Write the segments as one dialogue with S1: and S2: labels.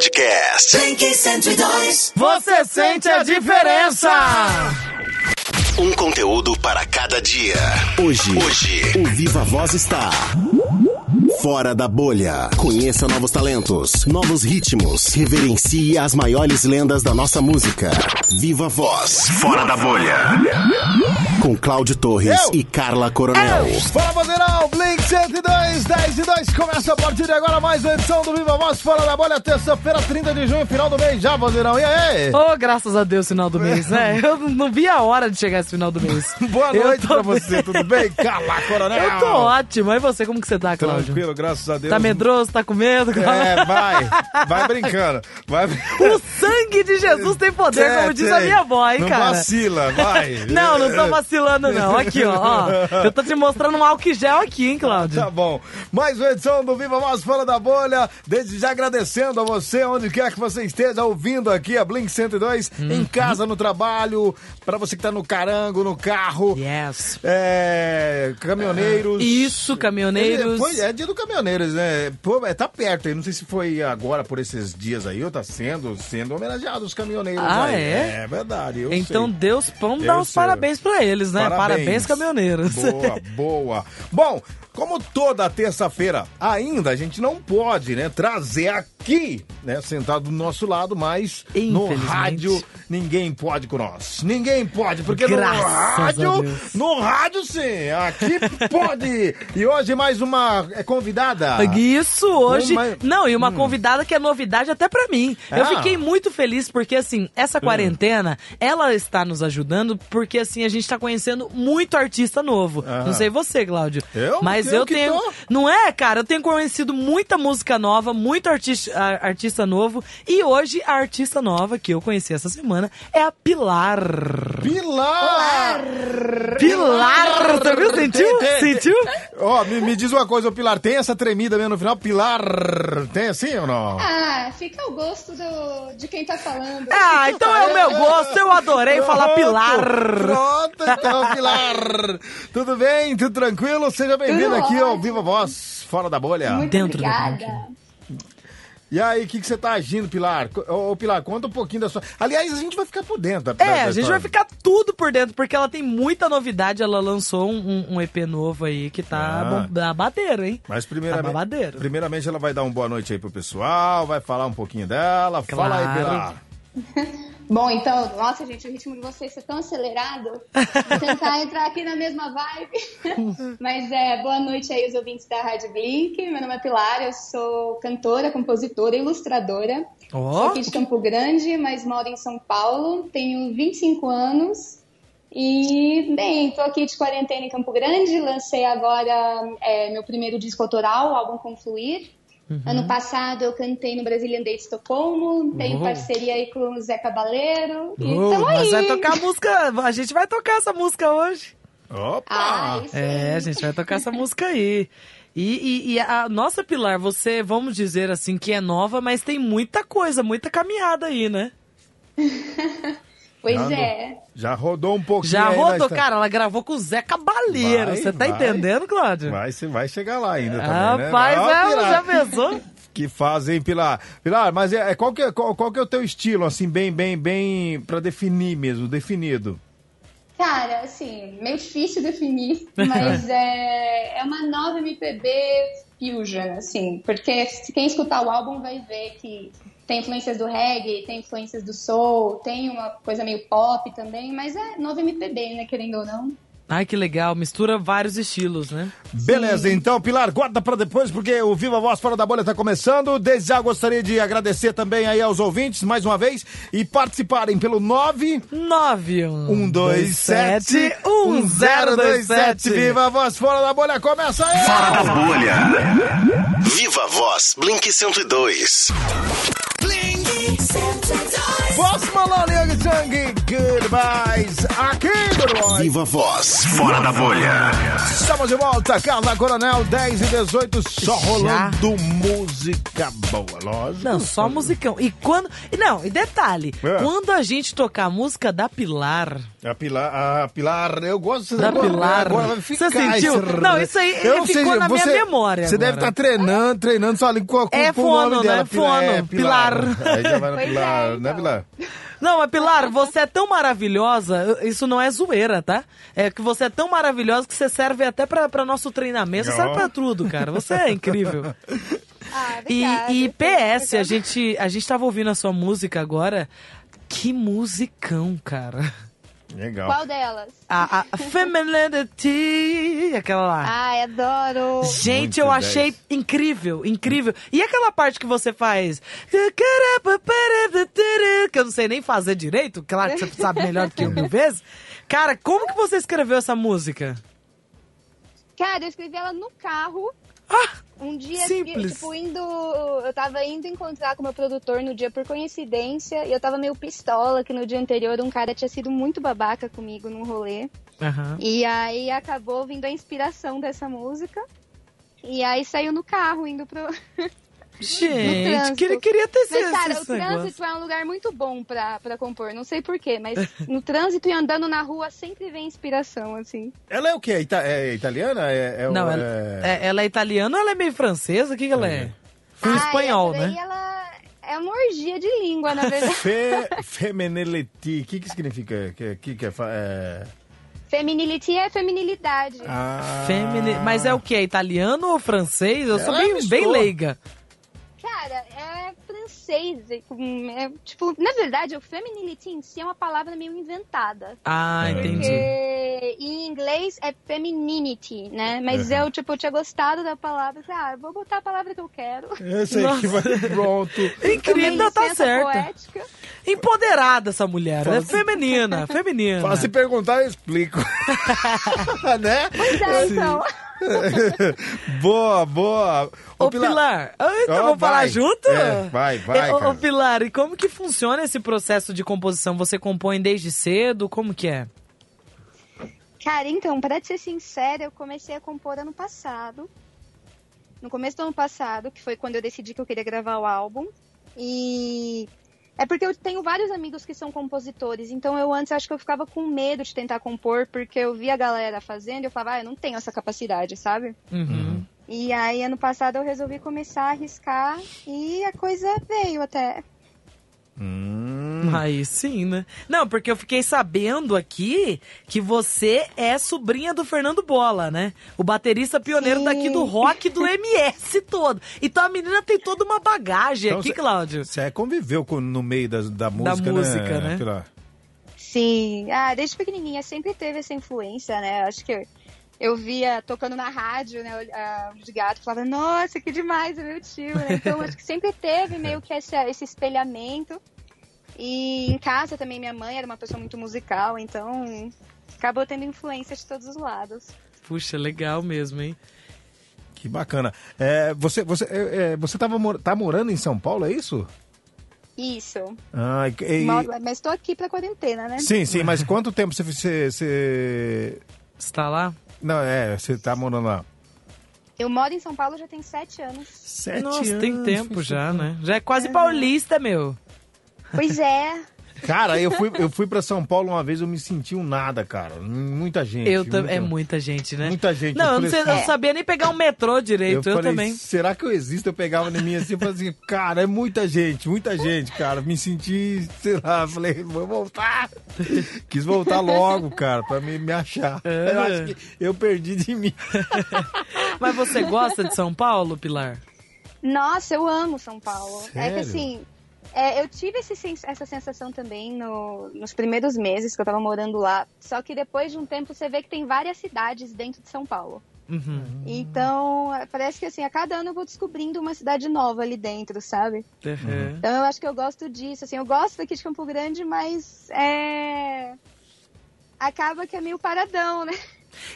S1: Podcast.
S2: Blink 102.
S3: Você sente a diferença!
S1: Um conteúdo para cada dia.
S4: Hoje,
S1: Hoje.
S4: o Viva Voz está fora da bolha. Conheça novos talentos, novos ritmos, reverencie as maiores lendas da nossa música. Viva Voz,
S1: Fora da bolha.
S4: com Cláudio Torres
S3: Eu.
S4: e Carla Coronel.
S3: Fala, Bandeirão! Blink 102, 10 e 2. Começa a partir de é agora mais uma edição do Viva Voz Fora da Bolha, terça-feira, 30 de junho, final do mês já, Bandeirão. E aí?
S5: Oh, graças a Deus, final do mês, né? Eu não vi a hora de chegar esse final do mês.
S3: Boa
S5: Eu
S3: noite
S5: tô
S3: pra
S5: bem.
S3: você, tudo bem? Cala, Coronel!
S5: Eu tô ótimo. E você, como que você tá, Cláudio?
S3: Tranquilo, graças a Deus.
S5: Tá medroso? Tá com medo?
S3: É, vai. Vai brincando. Vai brincando.
S5: O sangue de Jesus tem poder, é como diz a minha avó, hein,
S3: É, não
S5: cara?
S3: vacila, vai.
S5: Não, não tô vacilando, não. Aqui, ó, ó. Eu tô te mostrando um álcool em gel aqui, hein, Cláudio?
S3: Tá bom. Mais uma edição do Viva Voz Fora da Bolha. Desde já agradecendo a você, onde quer que você esteja ouvindo aqui a Blink 102,
S5: Hum.
S3: em casa, no trabalho, pra você que tá no carango, no carro,
S5: Yes.
S3: é, caminhoneiros.
S5: Isso, caminhoneiros.
S3: Pois é, dia do caminhoneiros, né? Pô, é, tá perto aí, não sei se foi agora por esses dias aí, ou tá sendo, sendo homenageado os caminhoneiros.
S5: Ah,
S3: aí.
S5: é?
S3: É verdade, eu
S5: Então,
S3: sei.
S5: Deus, vamos dar
S3: Eu
S5: uns
S3: sei.
S5: parabéns pra eles, né? Parabéns, caminhoneiros.
S3: Boa, boa. Bom, como toda terça-feira, ainda a gente não pode, né, trazer aqui, né, sentado do nosso lado, mas no
S5: Infelizmente.
S3: rádio ninguém pode com nós. Ninguém pode, porque
S5: Graças
S3: no
S5: a
S3: rádio,
S5: Deus.
S3: no rádio sim, aqui pode. E hoje mais uma é, convidada.
S5: Isso hoje.
S3: mas- Hum.
S5: Não, e uma convidada que é novidade até pra mim. Eu
S3: Ah. Hum.
S5: fiquei muito feliz porque, assim, essa quarentena, ela está nos ajudando porque, assim, a gente tá conhecendo muito artista novo.
S3: Ah.
S5: Não sei você, Cláudio.
S3: Eu?
S5: Mas
S3: Eu
S5: eu
S3: que
S5: tenho.
S3: tô.
S5: Não é, cara? Eu tenho conhecido muita música nova, muito artista, a- artista novo. E hoje, a artista nova que eu conheci essa semana é a Pilar.
S3: Pilar!
S5: Pilar! Você viu? Sentiu?
S3: Tem, tem,
S5: Sentiu?
S3: Ó, me, me diz uma coisa, ô Pilar, tem essa tremida mesmo no final? Pilar, tem assim ou não?
S6: Ah, fica ao gosto do, de quem tá falando.
S5: Ah, então é o meu gosto, eu adorei falar
S3: Pronto,
S5: Pilar.
S3: Pronto, então, Pilar. Tudo bem? Tudo tranquilo? Seja bem-vindo
S6: Tudo
S3: aqui ao
S6: ótimo.
S3: Viva Voz, fora da bolha.
S6: Muito
S5: Dentro da
S6: obrigada.
S3: E aí, o que, que você tá agindo, Pilar? Co- Ô, ô, Pilar, conta um pouquinho da sua... Aliás, a gente vai ficar por dentro. da- da-
S5: É,
S3: da
S5: a gente
S3: história.
S5: vai ficar tudo por dentro, porque ela tem muita novidade. Ela lançou um, um- um EP novo aí que tá
S3: Ah.
S5: bom- babadeiro, hein?
S3: Mas
S5: Tá
S3: primeiramente,
S5: babadeiro.
S3: primeiramente ela vai dar uma boa noite aí pro pessoal, vai falar um pouquinho dela. Fala aí,
S5: Claro.
S3: Pilar.
S6: Bom, então, nossa, gente, o ritmo de vocês é tão acelerado. Vou tentar entrar aqui na mesma vibe. Mas é, boa noite aí, os ouvintes da Rádio Blink. Meu nome é Pilar, eu sou cantora, compositora e ilustradora. Sou
S5: Ó,
S6: aqui de Campo Grande, mas moro em São Paulo. Tenho 25 anos. E, bem, tô aqui de quarentena em Campo Grande. Lancei agora é, meu primeiro disco autoral, o álbum Confluir.
S5: Uhum.
S6: Ano passado eu cantei no Brazilian Day de Estocolmo. Tenho
S5: Uou.
S6: parceria aí com o Zé Cabaleiro. E
S5: oh,
S6: tamo aí.
S5: mas vai tocar a música. A gente vai tocar essa música hoje.
S3: Opa!
S6: Ah, isso
S5: É, a gente vai tocar essa música aí. E, e- e a nossa Pilar, você, vamos dizer assim, que é nova, mas tem muita coisa, muita caminhada aí, né?
S6: Pois
S3: Já andou.
S6: é.
S3: Já rodou um pouquinho
S5: Já
S3: aí na
S5: rodou,
S3: esta-
S5: cara, ela gravou com o Zé Cabaleiro.
S3: Vai,
S5: Você tá
S3: vai.
S5: entendendo, Cláudio?
S3: Vai, você vai chegar lá ainda também, né?
S5: Rapaz,
S3: Ó,
S5: ela
S3: Pilar.
S5: já pensou?
S3: Que fazem, Pilar. Pilar, mas é, é- qual, que é, qual, qual que é o teu estilo, assim, bem, bem, bem, pra definir mesmo, definido?
S6: Cara, assim, meio difícil definir, mas é, é uma nova MPB fusion, assim, porque se quem escutar o álbum vai ver que tem influências do reggae, tem influências do soul, tem uma coisa meio pop também, mas é nova MPB, né, querendo ou não.
S5: Ai, que legal. Mistura vários estilos, né?
S3: Beleza, então, Pilar, guarda pra depois, porque o Viva Voz Fora da Bolha tá começando. Desde já gostaria de agradecer também aí aos ouvintes, mais uma vez, e participarem pelo um 9...
S5: 9
S3: 1, 2, 7, 1, 0, 2, 7. Viva a voz fora da bolha, começa aí!
S1: Fora da bolha. Viva Voz. Blink 102.
S2: Blink 102.
S3: Voz Malone Young Chang, goodbyes, aqui, Bruno!
S4: Viva Voz, fora da bolha.
S3: Estamos de volta, Carla Coronel, 10 e 18, só
S5: Já?
S3: rolando música boa, lógico.
S5: Não, só musicão. E quando. e Não, e detalhe:
S3: É.
S5: quando a gente tocar a música da Pilar.
S3: A Pilar, a Pilar, eu gosto
S5: Da
S3: agora-
S5: Pilar.
S3: Agora vai ficar
S5: Você sentiu?
S3: esse-
S5: Não, isso aí,
S3: Eu
S5: ele
S3: não
S5: ficou na minha
S3: você-
S5: memória
S3: Você
S5: agora.
S3: deve estar treinando, treinando só ali com, a- com,
S5: É
S3: com o nome
S5: fono,
S3: dela.
S5: né?
S3: Pilar, é,
S5: Fono, Pilar.
S3: Aí já vai na
S7: Pois é,
S3: Pilar, né,
S7: então.
S3: Pilar?
S5: Não, mas Pilar, você é tão maravilhosa, isso não é zoeira, tá? É que você é tão maravilhosa que você serve até pra, pra nosso treinamento, você
S3: Ó.
S5: serve pra tudo, cara. Você é incrível.
S7: Ah,
S5: E,
S7: obrigada.
S5: e PS, a
S7: Obrigada.
S5: gente, a gente tava ouvindo a sua música agora. Que musicão, cara.
S3: Legal.
S7: Qual delas?
S5: A, a Femininity, aquela lá.
S7: Ai, adoro.
S5: Gente,
S3: Muito
S5: eu
S3: 10.
S5: achei incrível, incrível. E aquela parte que você faz. Que eu não sei nem fazer direito, claro que você sabe melhor do que eu mil vezes. Cara, como que você escreveu essa música?
S7: Cara, eu escrevi ela no carro.
S5: Ah!
S7: Um dia,
S5: Simples.
S7: que, tipo, indo. Eu tava indo encontrar com meu produtor no dia por coincidência. E eu tava meio pistola que no dia anterior um cara tinha sido muito babaca comigo num rolê.
S5: Aham.
S7: E aí acabou vindo a inspiração dessa música. E aí saiu no carro, indo pro.
S5: Gente,
S7: trânsito.
S5: queria, queria ter
S7: Mas,
S5: esse,
S7: cara,
S5: esse
S7: o trânsito
S5: negócio.
S7: é um lugar muito bom pra, pra compor. Não sei porquê, mas no trânsito e andando na rua sempre vem inspiração, assim.
S3: Ela é o quê? Ita- é italiana? É, é o-
S5: Não, ela
S3: é-
S5: é, ela é italiana ou ela é meio francesa? O que, que ela é? Com espanhol,
S7: essa daí,
S5: né?
S7: ela é uma orgia de língua, na verdade.
S3: Fe, femenility, o que que significa? Que, que, que é, fa- é...
S7: Feminility é feminilidade.
S3: Ah.
S5: Femini- Mas é o que? É italiano ou francês? Eu sou
S3: Ela
S5: bem, bem
S3: misturou.
S5: leiga.
S7: Cara, é francês. é com- é, tipo, na verdade, o feminility em si é uma palavra meio inventada.
S3: É.
S5: Ah, entendi.
S7: Porque em inglês é femininity, né? Mas eu, tipo, tinha gostado da palavra. falei, Ah, eu vou botar a palavra que eu quero.
S3: Eu sei que vai pronto.
S5: Incrível,
S7: Também
S5: ainda tá
S7: licença
S5: certa.
S7: poética.
S5: Empoderada essa mulher, é feminina, feminina.
S3: Fala, se perguntar, eu explico. né?
S7: Pois é, então.
S3: boa, boa.
S5: Ô Pilar, ah, então
S3: Ó,
S5: vamos falar
S3: vai.
S5: junto?
S3: É, vai, vai,
S5: É, Ô, ô,
S3: cara.
S5: Pilar, e como que funciona esse processo de composição? Você compõe desde cedo? Como que é?
S7: Cara, então, pra te ser sincera, eu comecei a compor ano passado. No começo do ano passado, que foi quando eu decidi que eu queria gravar o álbum. E é porque eu tenho vários amigos que são compositores, então eu antes acho que eu ficava com medo de tentar compor, porque eu via a galera fazendo e eu falava, ah, eu não tenho essa capacidade, sabe?
S5: Uhum.
S7: E aí, ano passado, eu resolvi começar a arriscar e a coisa veio até.
S3: Hum,
S5: Aí sim, né? Não, porque eu fiquei sabendo aqui que você é sobrinha do Fernando Bola, né? O baterista pioneiro
S7: Sim.
S5: daqui do rock e do MS todo. Então a menina tem toda uma bagagem
S3: Então
S5: aqui,
S3: cê-
S5: Cláudio.
S3: você conviveu com, no meio da, da música, né?
S5: música, né?
S3: Pilar?
S7: Sim, ah, desde pequenininha sempre teve essa influência, né? Acho que eu, eu via tocando na rádio, né? olh- ah, Olho de gato, falava, nossa, que demais, é meu tio, né? Então acho que sempre teve meio que esse, esse espelhamento. E em casa também minha mãe era uma pessoa muito musical, então acabou tendo influência de todos os lados.
S5: Puxa, legal mesmo, hein?
S3: Que bacana. É, você, você, é, é, você tava, mor- tá morando em São Paulo, é isso?
S7: Isso.
S3: Ah, e- e-
S7: Mal- Mas tô aqui pra quarentena, né?
S3: Sim, sim, mas quanto tempo você, você, você...
S5: Está lá?
S3: Não, é, você tá morando lá?
S7: Eu moro em São Paulo já tem sete anos.
S3: Sete
S5: Nossa, tem tempo já, né? Já é quase paulista, meu.
S7: Pois é.
S3: Cara, eu fui, eu fui pra São Paulo uma vez, eu me senti um nada, cara. Muita gente.
S5: eu tam-
S3: muita-
S5: É muita gente, né?
S3: Muita gente,
S5: Não, eu não,
S3: eu falei
S5: sei- eu
S3: assim,
S5: não sabia nem pegar um metrô
S3: Eu,
S5: direito, eu,
S3: falei,
S5: também.
S3: será que eu existo? Eu pegava na minha assim e falava assim, cara, é muita gente, muita gente, cara. Me senti, sei lá, falei, vou voltar. Quis voltar logo, cara, pra me, me achar.
S5: É.
S3: Eu acho que eu perdi de mim.
S5: Mas você gosta de São Paulo, Pilar?
S7: Nossa, eu amo São Paulo. É
S3: Sério?
S7: que assim, é, eu tive esse sen- essa sensação também no- nos primeiros meses que eu tava morando lá. Só que depois de um tempo você vê que tem várias cidades dentro de São Paulo.
S5: Uhum.
S7: Então, é, parece que assim, a cada ano eu vou descobrindo uma cidade nova ali dentro, sabe?
S5: Uhum.
S7: Então eu acho que eu gosto disso. Assim, eu gosto daqui de Campo Grande, mas é. Acaba que é meio paradão, né?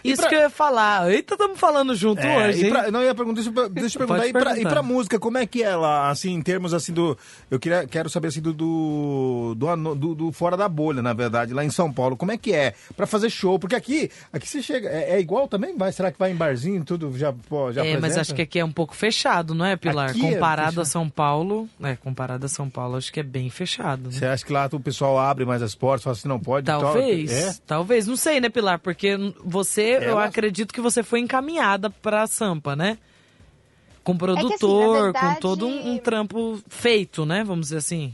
S5: Isso
S3: pra-
S5: que eu ia falar. Eita, estamos falando junto
S3: É,
S5: hoje,
S3: e
S5: hein?
S3: pra- não, eu ia perguntar, deixa eu, per- deixa eu perguntar.
S5: Pode
S3: E pra, e
S5: perguntar.
S3: pra música, como é que ela, assim, em termos assim do. Eu queria, quero saber assim do do, do ano- do- do fora da bolha, na verdade, lá em São Paulo. Como é que é? Pra fazer show? Porque aqui, aqui você chega. É, é igual também? Vai, será que vai em barzinho, tudo? Já, pô, já
S5: É, mas
S3: apresenta?
S5: acho que aqui é um pouco fechado, não é, Pilar?
S3: Aqui é
S5: comparado a
S3: fechado.
S5: São Paulo. É, comparado a São Paulo, acho que é bem fechado. né?
S3: Você acha que lá o pessoal abre mais as portas, fala assim, não pode? tal?
S5: Talvez,
S3: É?
S5: talvez. Não sei, né, Pilar? Porque você, eu
S3: Ela-
S5: acredito que você foi encaminhada pra Sampa, né?
S7: É
S5: Com
S6: assim, na
S5: produtor, com
S7: verdade-
S5: todo um, um trampo feito, né? Vamos dizer assim.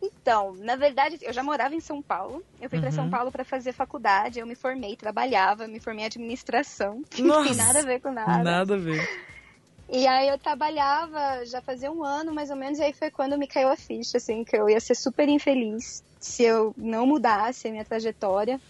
S7: Então, na verdade, eu já morava em São Paulo. Eu fui pra
S5: Uhum.
S7: São Paulo pra fazer faculdade. Eu me formei, trabalhava, me formei em administração. que Não
S5: Nossa,
S7: tem nada a ver com nada.
S5: Nada a ver.
S7: E aí eu trabalhava já fazia um ano, mais ou menos. E aí foi quando me caiu a ficha, assim, que eu ia ser super infeliz se eu não mudasse a minha trajetória.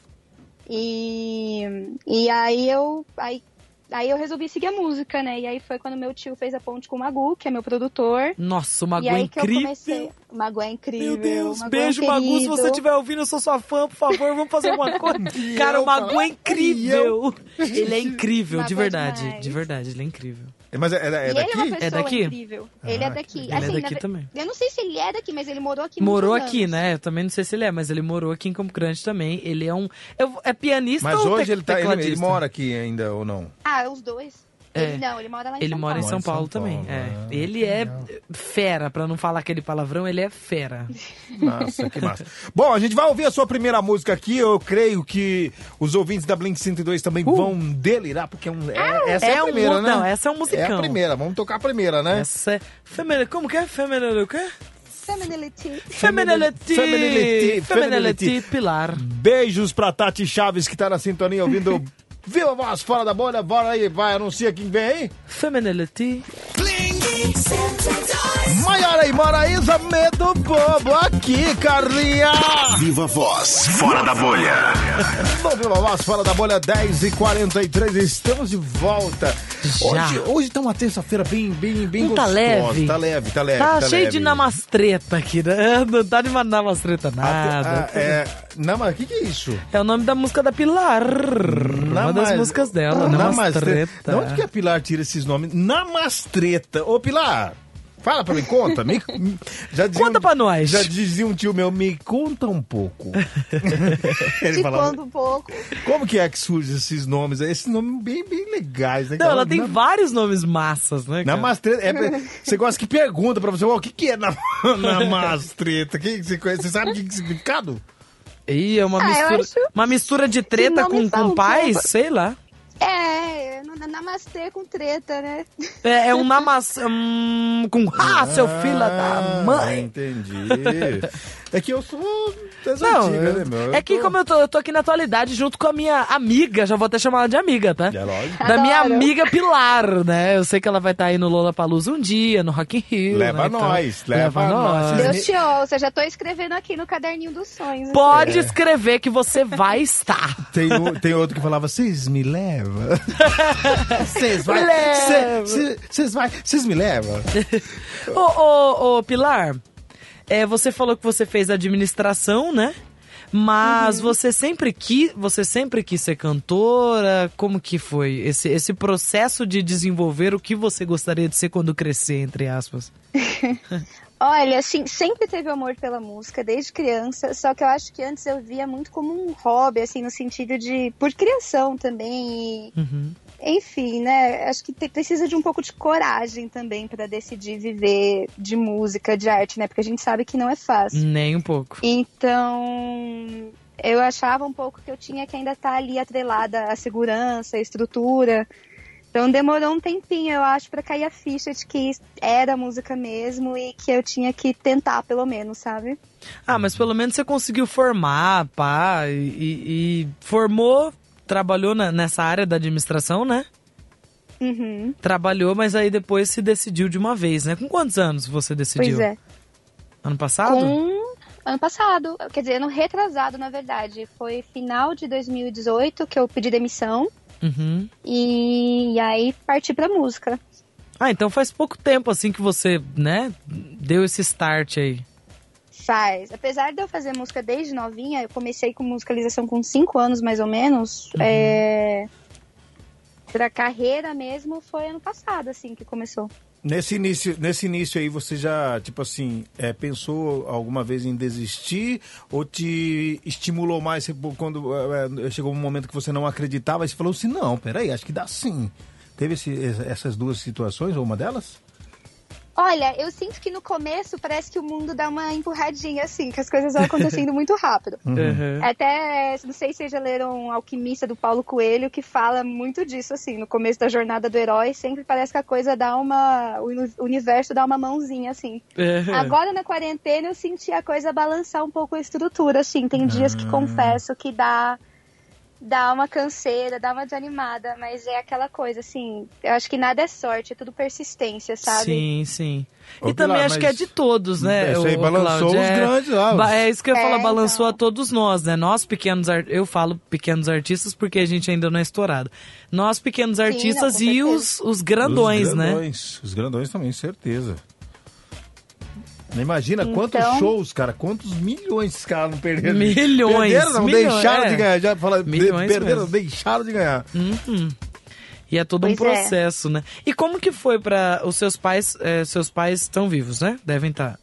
S7: E, e aí eu aí, aí eu resolvi seguir a música, né? E aí foi quando meu tio fez a ponte com o Magu, que é meu produtor.
S5: Nossa, o Magu
S7: e aí
S5: é
S7: que eu
S5: incrível.
S7: comecei. O Magu é incrível.
S5: Meu Deus,
S7: Magu é um
S5: beijo, Magu. Se
S7: querido.
S5: você estiver ouvindo, eu sou sua fã, por favor, vamos fazer uma coisa. Cara, o Magu é incrível. Ele é incrível, de
S7: Magu é
S5: verdade.
S7: demais.
S5: de verdade, ele é incrível.
S3: Mas é, é- é
S7: E ele é uma
S3: daqui?
S7: pessoa
S5: É daqui?
S7: incrível. ele é daqui.
S5: Ele é
S7: Assim,
S5: daqui
S7: na-
S5: também.
S7: Eu não sei se ele é daqui, mas ele morou aqui.
S5: Morou
S7: muitos
S5: aqui,
S7: anos.
S5: né? Eu também não sei se ele é, mas ele morou aqui em Campo Grande também. Ele é um. eu- É pianista
S3: Mas
S5: ou
S3: hoje
S5: tec-
S3: ele, tá, ele- ele,
S5: tecladista?
S3: mora aqui ainda ou não?
S7: Ah, os dois.
S5: É.
S7: Ele não, ele mora lá em
S5: Ele
S7: São
S5: mora em São
S7: Paulo.
S5: Paulo
S3: São Paulo,
S5: também.
S3: ah,
S5: é. Ele é fera, pra não falar aquele palavrão, ele é fera.
S3: Nossa, que massa. Bom, a gente vai ouvir a sua primeira música aqui. Eu creio que os ouvintes da Blink 102 também vão delirar, porque é um, é- essa é,
S5: Uh. é
S3: a
S5: um-
S3: primeira, né?
S5: não, essa é um musicão.
S3: É a primeira, vamos tocar a primeira, né?
S5: Essa é. Femina, como que é? Feminility? o quê?
S7: Feminility.
S5: Feminility!
S3: Feminility,
S5: Feminility
S3: feminility.
S5: Pilar.
S3: Beijos pra Tati Chaves, que tá na sintonia ouvindo Viva Voz Fora da Bolha. Bora aí, vai, anuncia quem vem aí.
S5: Feminility.
S2: Bling 102.
S3: Maiara e Maraísa, medo bobo aqui, Carlinha.
S4: Viva Voz, fora da bolha.
S3: No Viva Voz Fora da Bolha, 10 e 43 estamos de volta.
S5: Já.
S3: Hoje, hoje tá uma terça-feira bem, bem, bem
S5: Não tá
S3: gostosa.
S5: leve.
S3: Tá leve, tá leve.
S5: Tá cheio de
S3: leve.
S5: namastreta aqui, né? Não tá de uma namastreta
S3: Ah,
S5: nada.
S3: é, não, mas o que, que é isso?
S5: É o nome da música da Pilar. Uma das
S3: Namas-
S5: músicas dela,
S3: Ah, Namastreta.
S5: Namastreta.
S3: De onde que é? a Pilar tira esses nomes? Namastreta. Ô, Pilar, fala pra mim, conta. Me, já dizia
S5: Conta
S3: um-
S5: pra nós.
S3: Já dizia um tio meu, me conta um pouco. Ele
S7: Te
S3: falava,
S7: conto um pouco.
S3: como que é que surgem esses nomes? aí? Esses nomes bem, bem legais, né?
S5: Não,
S3: cara?
S5: ela tem
S3: Na-
S5: vários nomes massas, né? cara?
S3: Namastreta. É, você gosta que pergunta pra você, "Ó, o que que é nam- namastreta? Que, você, conhece- você sabe o que que é significado?
S5: Ih, é uma
S7: Ah, eu
S5: mistura.
S7: acho
S5: Uma mistura de treta
S7: nome
S5: com,
S7: fala
S5: com
S7: um
S5: paz,
S7: pouco.
S5: sei lá.
S7: É, é, no- na- namastê com treta, né?
S5: É, é um namas. hum, com. Ah, seu filho da
S3: Ah,
S5: mãe!
S3: Entendi. É que eu sou das
S5: Não,
S3: antigas,
S5: eu-
S3: né, meu? Eu
S5: é que
S3: tô-
S5: como eu tô, eu tô aqui na atualidade junto com a minha amiga, já vou até chamar ela de amiga, tá?
S3: É lógico.
S5: Da minha
S7: Adoro.
S5: amiga Pilar, né? Eu sei que ela vai estar aí no Lola Palusa um dia, no Rock in Rio.
S3: Leva
S5: né? Então,
S3: nós, leva
S5: Ah,
S3: nós.
S7: Deus te ouça, já tô escrevendo aqui no caderninho dos sonhos.
S5: Pode escrever que você vai estar.
S3: Tem, o- tem outro que falava, vocês me levam? Vocês vai,
S5: Leva.
S3: vocês vai, vocês me levam?
S5: Ô, ô, ô, Pilar, é, você falou que você fez administração, né?
S7: Uhum.
S5: Mas você sempre quis, você sempre quis ser cantora. Como que foi esse, esse processo de desenvolver o que você gostaria de ser quando crescer, entre aspas?
S7: Olha, assim, sempre teve amor pela música, desde criança, só que eu acho que antes eu via muito como um hobby, assim, no sentido de. por criação também. E, Enfim, né? Acho que te- precisa de um pouco de coragem também pra decidir viver de música, de arte, né? Porque a gente sabe que não é fácil.
S5: Nem um pouco.
S7: Então, eu achava um pouco que eu tinha que ainda estar ali atrelada à segurança, à estrutura. Então demorou um tempinho, eu acho, pra cair a ficha de que era música mesmo e que eu tinha que tentar, pelo menos, sabe?
S5: Ah, mas pelo menos você conseguiu formar, pá, e, e- e formou, trabalhou na- nessa área da administração, né?
S7: Uhum,
S5: Trabalhou, mas aí depois se decidiu de uma vez, né? Com quantos anos você decidiu?
S7: pois é.
S5: Ano passado?
S7: Com ano passado, quer dizer, ano retrasado, na verdade. Foi final de 2018 que eu pedi demissão
S5: Uhum.
S7: e, aí parti pra música.
S5: Ah, então faz pouco tempo assim que você, né, deu esse start aí.
S7: Faz. Apesar de eu fazer música desde novinha, eu comecei com musicalização com 5 anos mais ou menos. É... Pra carreira mesmo foi ano passado, assim, que começou.
S3: Nesse início, nesse início aí, você já, tipo assim, é, pensou alguma vez em desistir ou te estimulou mais você- quando é, é, chegou um momento que você não acreditava e você falou assim, não, peraí, acho que dá sim. Teve esse- essas duas situações, ou uma delas?
S7: Olha, eu sinto que no começo parece que o mundo dá uma empurradinha, assim, que as coisas vão acontecendo muito rápido.
S5: Uhum.
S7: Até, não sei se vocês já leram Alquimista do Paulo Coelho, que fala muito disso, assim, no começo da jornada do herói, sempre parece que a coisa dá uma. O uni- universo dá uma mãozinha, assim.
S5: Uhum.
S7: Agora na quarentena eu senti a coisa balançar um pouco a estrutura, assim. Tem dias que confesso que dá. Dá uma canseira, dá uma desanimada, mas é aquela coisa, assim. Eu acho que nada é sorte, é tudo persistência, sabe?
S5: Sim, sim. E
S3: Ô,
S5: também
S3: Pilar,
S5: acho que é
S3: mas-
S5: de todos, né?
S3: Isso aí
S5: ô,
S3: balançou
S5: Cláudia?
S3: os
S5: É,
S3: grandes lá, os-
S5: ba- É isso que eu ia
S7: É,
S5: falar, balançou
S7: então.
S5: a todos nós, né? Nós pequenos, ar- eu falo pequenos artistas porque a gente ainda não é estourado. Nós pequenos artistas
S7: não, com
S5: e
S7: certeza.
S5: os, os grandões,
S3: os
S5: né?
S3: grandões, Os grandões também, certeza. Imagina quantos
S7: Então-
S3: shows, cara, quantos milhões esses caras não perderam.
S5: Milhões,
S3: Perderam, não,
S5: milhões,
S3: deixaram
S5: é.
S3: de ganhar. Já fala, de-
S5: Milhões
S3: perderam,
S5: mesmo. Hum.
S3: deixaram de ganhar.
S5: E é todo um
S7: Pois é.
S5: processo, né? E como que foi pra. os seus pais? eh, seus pais estão vivos, né? Devem estar.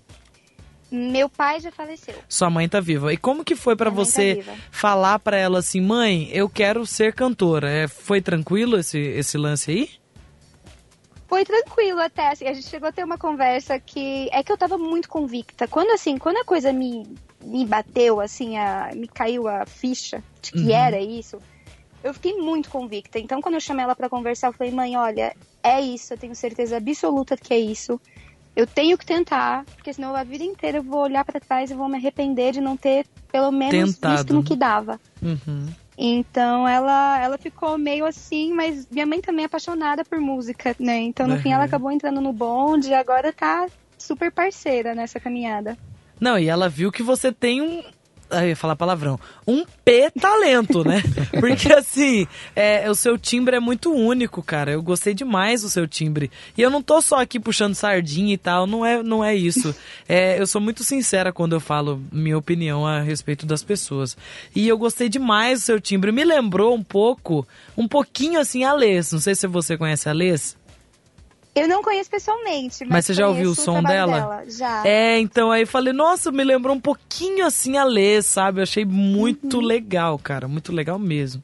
S7: Meu pai já faleceu.
S5: Sua mãe tá viva. E como que foi pra
S7: Minha mãe tá
S5: você
S7: viva.
S5: falar pra ela assim, mãe, eu quero ser cantora? É, foi tranquilo esse, esse lance aí?
S7: Foi tranquilo até, assim, a gente chegou a ter uma conversa que é que eu tava muito convicta. Quando assim, quando a coisa me, me bateu, assim, a, me caiu a ficha de que era isso, eu fiquei muito convicta. Então quando eu chamei ela pra conversar, eu falei, mãe, olha, é isso, eu tenho certeza absoluta que é isso. Eu tenho que tentar, porque senão a vida inteira eu vou olhar pra trás e vou me arrepender de não ter pelo menos visto
S5: Tentado,
S7: no
S5: né?
S7: que dava.
S5: Uhum.
S7: Então ela, ela ficou meio assim, mas minha mãe também é apaixonada por música, né? Então no fim
S5: Uhum.
S7: ela acabou entrando no bonde e agora tá super parceira nessa caminhada.
S5: Não, e ela viu que você tem um. ah, Eu ia falar palavrão. Um P-talento, né? Porque assim, é, o seu timbre é muito único, cara. Eu gostei demais do seu timbre. E eu não tô só aqui puxando sardinha e tal, não é, não é isso. É, eu sou muito sincera quando eu falo minha opinião a respeito das pessoas. E eu gostei demais do seu timbre. Me lembrou um pouco, um pouquinho assim, a Alês. Não sei se você conhece a Alês.
S7: Eu não conheço pessoalmente, mas,
S5: Mas você já ouviu
S7: conheço
S5: o som
S7: trabalho
S5: dela?
S7: Já.
S5: É, então aí eu falei, nossa, me lembrou um pouquinho assim a Lê, sabe? Eu achei muito legal, cara, muito legal mesmo.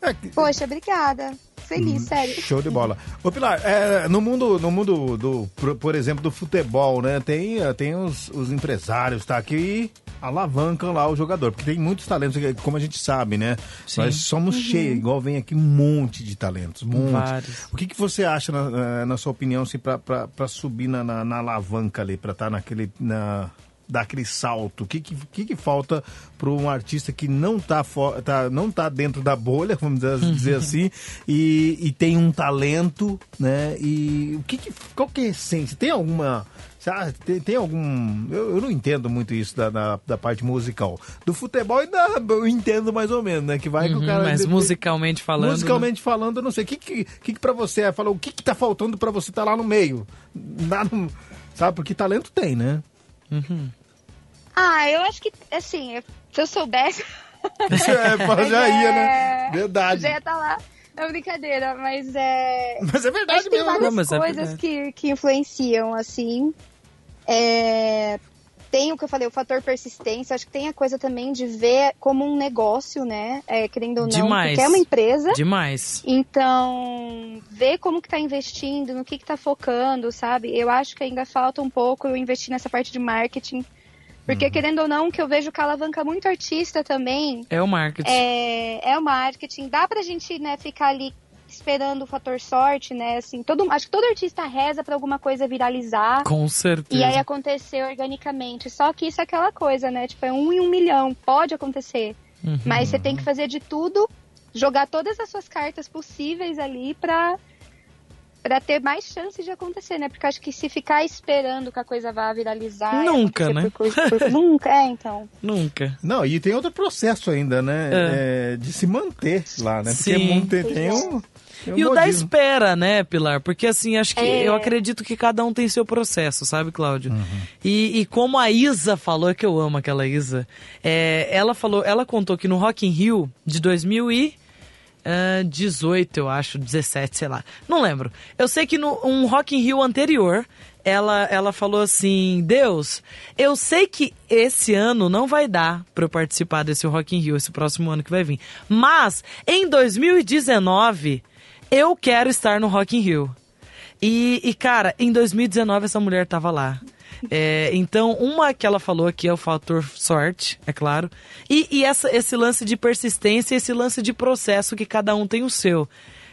S3: É, que-
S7: Poxa, obrigada. Feliz, sério.
S3: Hum, Show de bola. Ô Pilar, é, no mundo, no mundo do, por- por exemplo, do futebol, né? Tem, eh, tem os, os empresários, tá? Que alavancam lá o jogador. Porque tem muitos talentos, que, como a gente sabe, né?
S5: Sim.
S3: Nós somos cheios, igual vem aqui um monte de talentos. um Monte.
S5: Vários.
S3: O que, que você acha, na, na- na sua opinião, assim, pra, pra, pra subir na, na, na alavanca ali, pra estar naquele. Na, dar aquele salto, o que, que, que que falta para um artista que não tá, fo- tá- não tá dentro da bolha, vamos dizer, dizer assim, e, e tem um talento, né? E o que, que qual que é a essência? Tem alguma sabe, tem, tem algum eu, eu não entendo muito isso da, da, da parte musical do futebol e da, eu entendo mais ou menos, né? Que vai que o cara
S5: Uhum, Mas musicalmente falando. né?
S3: Musicalmente falando, eu não sei. O que, que, que, que pra você é? Fala, o que, que tá faltando pra você estar lá no meio? Lá no- Sabe? Porque talento tem, né?
S7: Ah, eu acho que, assim, se eu soubesse,
S3: É, fala, já ia, né? Verdade.
S7: já ia tá lá. É brincadeira, mas é.
S3: Mas é
S7: Acho
S3: verdade
S7: que tem
S3: mesmo. né?
S7: várias
S5: Não, mas é
S7: coisas
S5: verdade.
S7: que, que influenciam, assim. É, tem o que eu falei, o fator persistência. Acho que tem a coisa também de ver como um negócio, né? É, querendo ou não,
S5: Demais.
S7: porque é uma empresa.
S5: né? Demais.
S7: Então, ver como que tá investindo, no que que tá focando, sabe? Eu acho que ainda falta um pouco eu investir nessa parte de marketing.
S5: Uhum.
S7: Porque, querendo ou não, que eu vejo que alavanca muito artista também
S5: É o marketing.
S7: é, é o marketing. Dá pra gente, né, ficar ali esperando o fator sorte, né? Assim, todo, acho que todo artista reza pra alguma coisa viralizar
S5: Com certeza.
S7: e aí acontecer organicamente. Só que isso é aquela coisa, né? Tipo, é um em um milhão. Pode acontecer.
S5: Uhum.
S7: Mas você tem que fazer de tudo, jogar todas as suas cartas possíveis ali pra. Pra ter mais chance de acontecer, né? Porque acho que se ficar esperando que a coisa vá viralizar. e
S5: Nunca,
S7: acontecer
S5: né?
S7: por coisa- por- Nunca, é, então.
S5: Nunca.
S3: Não, e tem outro processo ainda, né? É, de se É, manter lá, né? Porque
S5: Sim.
S3: muito- tem, tem um. Eu
S5: e o da
S3: imagino.
S5: espera, né, Pilar? Porque assim, acho que
S7: É.
S5: eu acredito que cada um tem seu processo, sabe, Cláudio? E, e como a Isa falou, é que eu amo aquela Isa, é, ela falou, ela contou que no Rock in Rio de 2018, eu acho, 17, sei lá. Não lembro. Eu sei que no um Rock in Rio anterior, ela, ela falou assim: Deus, eu sei que esse ano não vai dar pra eu participar desse Rock in Rio, esse próximo ano que vai vir. Mas em 2019, eu quero estar no Rock in Rio. E, e, cara, em 2019 essa mulher tava lá. É, então, uma que ela falou aqui é o fator sorte, é claro. E, e essa- esse lance de persistência, esse lance de processo que cada um tem o seu.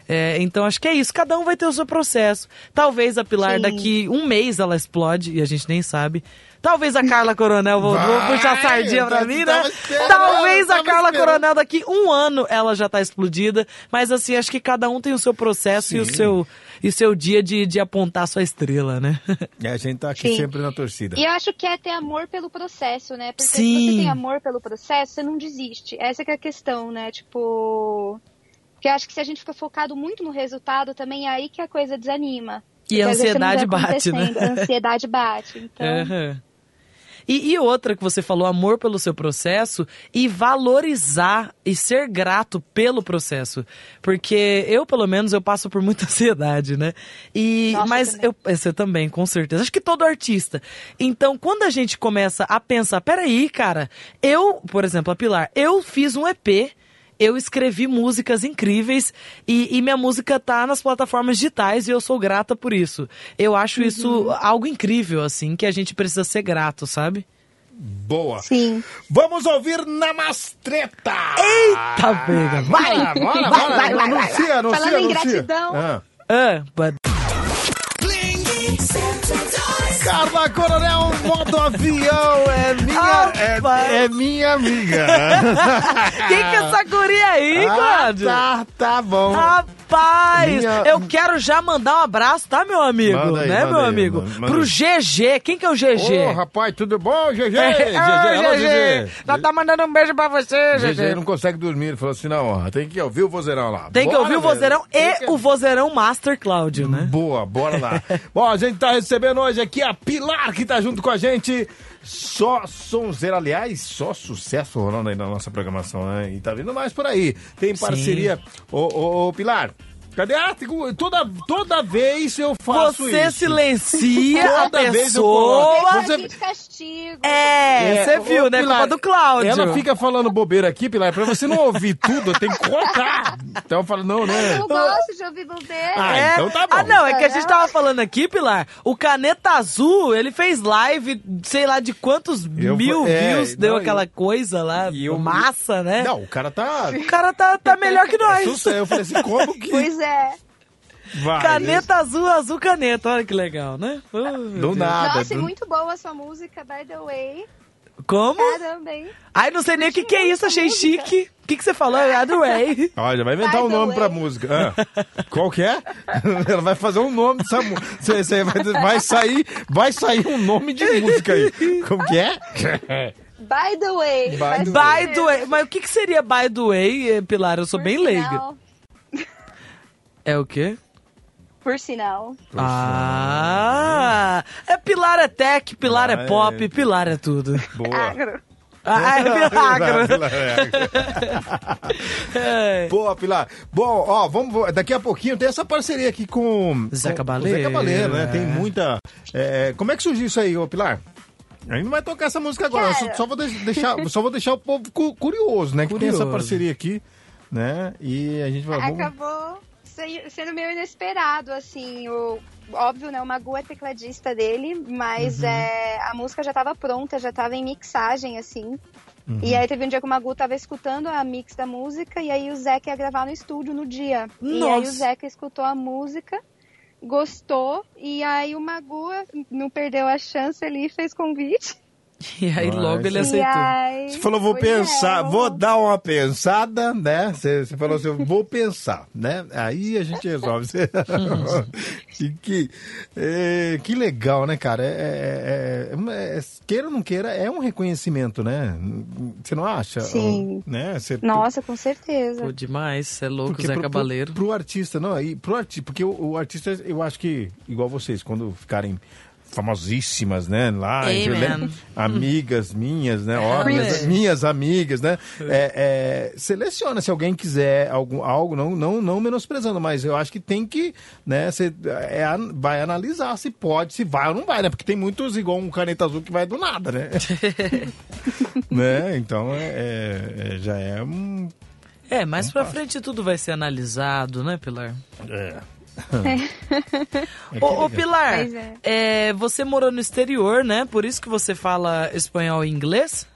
S5: É, então, acho que é isso. Cada um vai ter o seu processo. Talvez a Pilar,
S7: Sim.
S5: daqui um mês, ela explode e a gente nem sabe. Talvez a Carla Coronel, vou, vou
S3: Vai,
S5: puxar a sardinha
S3: eu
S5: pra
S3: tava-
S5: mim, né?
S3: tava esperando,
S5: Talvez a
S3: tava
S5: Carla
S3: esperando.
S5: Coronel. Coronel, daqui um ano ela já tá explodida. Mas assim, acho que cada um tem o seu processo e o seu, e o seu dia de, de apontar sua estrela, né?
S3: E a gente tá aqui
S7: Sim.
S3: sempre na torcida.
S7: E eu acho que é ter amor pelo processo, né? Porque
S5: Sim.
S7: se você tem amor pelo processo, você não desiste. Essa que é a questão, né? Tipo. Porque eu acho que se a gente fica focado muito no resultado, também é aí que a coisa desanima.
S5: E a
S7: Porque às vezes você não vê
S5: ansiedade bate, né? É.
S7: acontecendo, A ansiedade bate. Então,
S5: Aham. E, e outra que você falou, amor pelo seu processo e valorizar e ser grato pelo processo. Porque eu, pelo menos, eu passo por muita ansiedade, né? E,
S7: Nossa,
S5: mas
S7: também.
S5: eu- você também, com certeza. Acho que todo artista. Então, quando a gente começa a pensar, peraí, cara, eu, por exemplo, a Pilar, eu fiz um EP. Eu escrevi músicas incríveis e, e minha música tá nas plataformas digitais e eu sou grata por isso. Eu acho
S3: Uhum.
S5: isso algo incrível, assim, que a gente precisa ser grato, sabe?
S3: Boa.
S7: sim.
S3: Vamos ouvir Namastreta! Ah.
S5: Tá pega. Vai!
S3: Bora, bora,
S5: Vai,
S3: bora.
S5: vai, vai, vai.
S3: anuncia, anuncia,
S7: Falando em
S3: anuncia.
S7: gratidão.
S3: Ah.
S5: Ah, but-
S2: Bling 102.
S3: Carla Coronel, modo avião, é minha,
S5: Opa.
S3: é, é minha amiga.
S5: Quem que é essa guria aí,
S3: ah,
S5: Cláudio? Ah,
S3: tá, tá bom.
S5: Rapaz,
S3: Minha-
S5: eu quero já mandar um abraço, tá, meu amigo?
S3: Manda aí,
S5: né,
S3: manda
S5: meu
S3: aí,
S5: amigo?
S3: manda- manda
S5: Pro
S3: aí.
S5: GG. Quem que é o GG?
S3: Ô, rapaz, tudo bom, GG?
S5: É,
S3: alô,
S5: GG. Nós tá mandando um beijo pra você,
S3: GG
S5: GG.
S3: não consegue dormir, ele falou assim, não, ó, tem que ouvir o vozeirão lá.
S5: Tem que
S3: um Bora,
S5: ouvir o
S3: velho.
S5: vozeirão
S3: Tem
S5: e
S3: que-
S5: o vozeirão Master Cláudio, né?
S3: Boa, bora lá. Bom, a gente tá recebendo hoje aqui a Pilar, que tá junto com a gente. Só sonzeira, aliás, só sucesso rolando aí na nossa programação, né? E tá vindo mais por aí. Tem parceria. Ô, ô, ô, Pilar, cadê a... Toda, toda vez eu faço
S5: Você
S3: isso.
S5: silencia a
S3: Toda vez eu coloco.
S5: pessoa.
S7: Deixa
S3: você-
S7: a gente castigo.
S5: É, você
S3: ô,
S5: viu, né?
S3: Pilar,
S5: Culpa do Cláudio.
S3: Ela fica falando bobeira aqui, Pilar, pra você não ouvir tudo, tem que cortar. Então eu falo, não, não.
S7: Eu
S3: é.
S7: não gosto de ouvir bobeira.
S3: Ah,
S5: É.
S3: então tá bom.
S5: Ah, não, é que a gente tava falando aqui, Pilar. O Caneta Azul, ele fez live, sei lá de quantos
S3: Eu
S5: mil
S3: vou- é,
S5: views deu
S3: não,
S5: aquela
S3: eu-
S5: coisa lá,
S3: e eu-
S5: massa, né?
S3: Não, o cara tá...
S5: O cara tá, tá melhor que
S3: É
S5: nós.
S3: sucesso. Eu falei assim, como que
S7: Pois é.
S3: vai?
S5: Caneta azul, azul caneta. Olha que legal, né? Oh, meu
S3: Do
S5: Deus.
S3: nada.
S7: Nossa, e
S3: do-
S7: muito boa a sua música, by the way.
S5: Como?
S7: Caramba, hein?
S5: Ai, não sei nem o que, que é isso, achei chique. O que, que você falou? É Eu adorei.
S3: Olha, vai inventar
S7: By
S3: um
S7: the
S3: nome
S7: way.
S3: pra música. Ah, qual que é? Ela vai fazer um nome dessa música. Vai, vai, sair, vai sair um nome de música aí. Como que é?
S7: By the way.
S3: By
S7: vai
S3: the
S7: ser
S5: By the way. Mas o que, que seria by the way, eh, Pilar? Eu sou
S7: por
S5: bem leiga.
S7: sinal.
S5: É o quê?
S7: Por sinal.
S5: Ah! É Pilar é tech, Pilar é
S3: Ah,
S5: pop,
S3: é.
S5: Pilar é tudo.
S3: Boa.
S7: Agro.
S5: Ah, é milagre.
S3: Pilar, é.
S5: É.
S3: Boa, Pilar. Bom, ó, vamos. Daqui a pouquinho tem essa parceria aqui com.
S5: Zé
S3: com- com
S5: Cabaleiro,
S3: Zé Cabaleiro, né?
S5: é.
S3: Tem muita. é, como é que surgiu isso aí, ô Pilar? A gente não vai tocar essa música agora, só,
S7: Cara.
S3: só vou de- deixar, só vou deixar o povo cu- curioso, né? Que tem
S5: Curioso.
S3: essa parceria aqui, né? E a gente vai. vamos-
S7: Acabou se- sendo meio inesperado, assim. O, óbvio, né? O Magu é tecladista dele,
S3: Uhum.
S7: mas é, a música já tava pronta, já tava em mixagem, assim.
S3: Uhum.
S7: E aí teve um dia que o Magu tava escutando a mix da música e aí o Zeca ia gravar no estúdio no dia. E aí
S5: Nossa.
S7: o Zeca escutou a música, gostou, e aí o Magu não perdeu a chance ali e fez convite.
S5: E aí logo ele
S7: E
S5: aceitou.
S7: aí-
S3: Você falou, vou
S7: Pois é,
S3: pensar,
S7: vamos-
S3: vou dar uma pensada, né? Você, você falou assim, eu vou pensar, né? Aí a gente resolve. Você- E que, é, que legal, né, cara? É, é- é- é uma- é- queira ou não queira, é um reconhecimento, né? Você não acha?
S7: Sim.
S3: Né? Você-
S7: Nossa, com certeza.
S5: Pô, demais, você é louco, Zé
S3: pro,
S5: Cabaleiro.
S3: Pro, pro artista, não, e pro artista, porque o, o artista, eu acho que, igual vocês, quando ficarem famosíssimas, né, lá,
S5: Amen.
S3: eu lembro, amigas minhas, né, ó,
S5: Amen.
S3: minhas, minhas amigas, né, é, é, seleciona se alguém quiser algum, algo, não, não, não menosprezando, mas eu acho que tem que, né, você é, an- vai analisar se pode, se vai ou não vai, né, porque tem muitos igual um caneta azul que vai do nada, né, né, então é, é- é- já é um...
S5: É, mais pra frente tudo vai ser analisado, né, Pilar?
S3: é.
S5: Ô, ô, Pilar,
S7: É. Pois é.
S5: é, você morou no exterior, né? Por isso que você fala espanhol e inglês?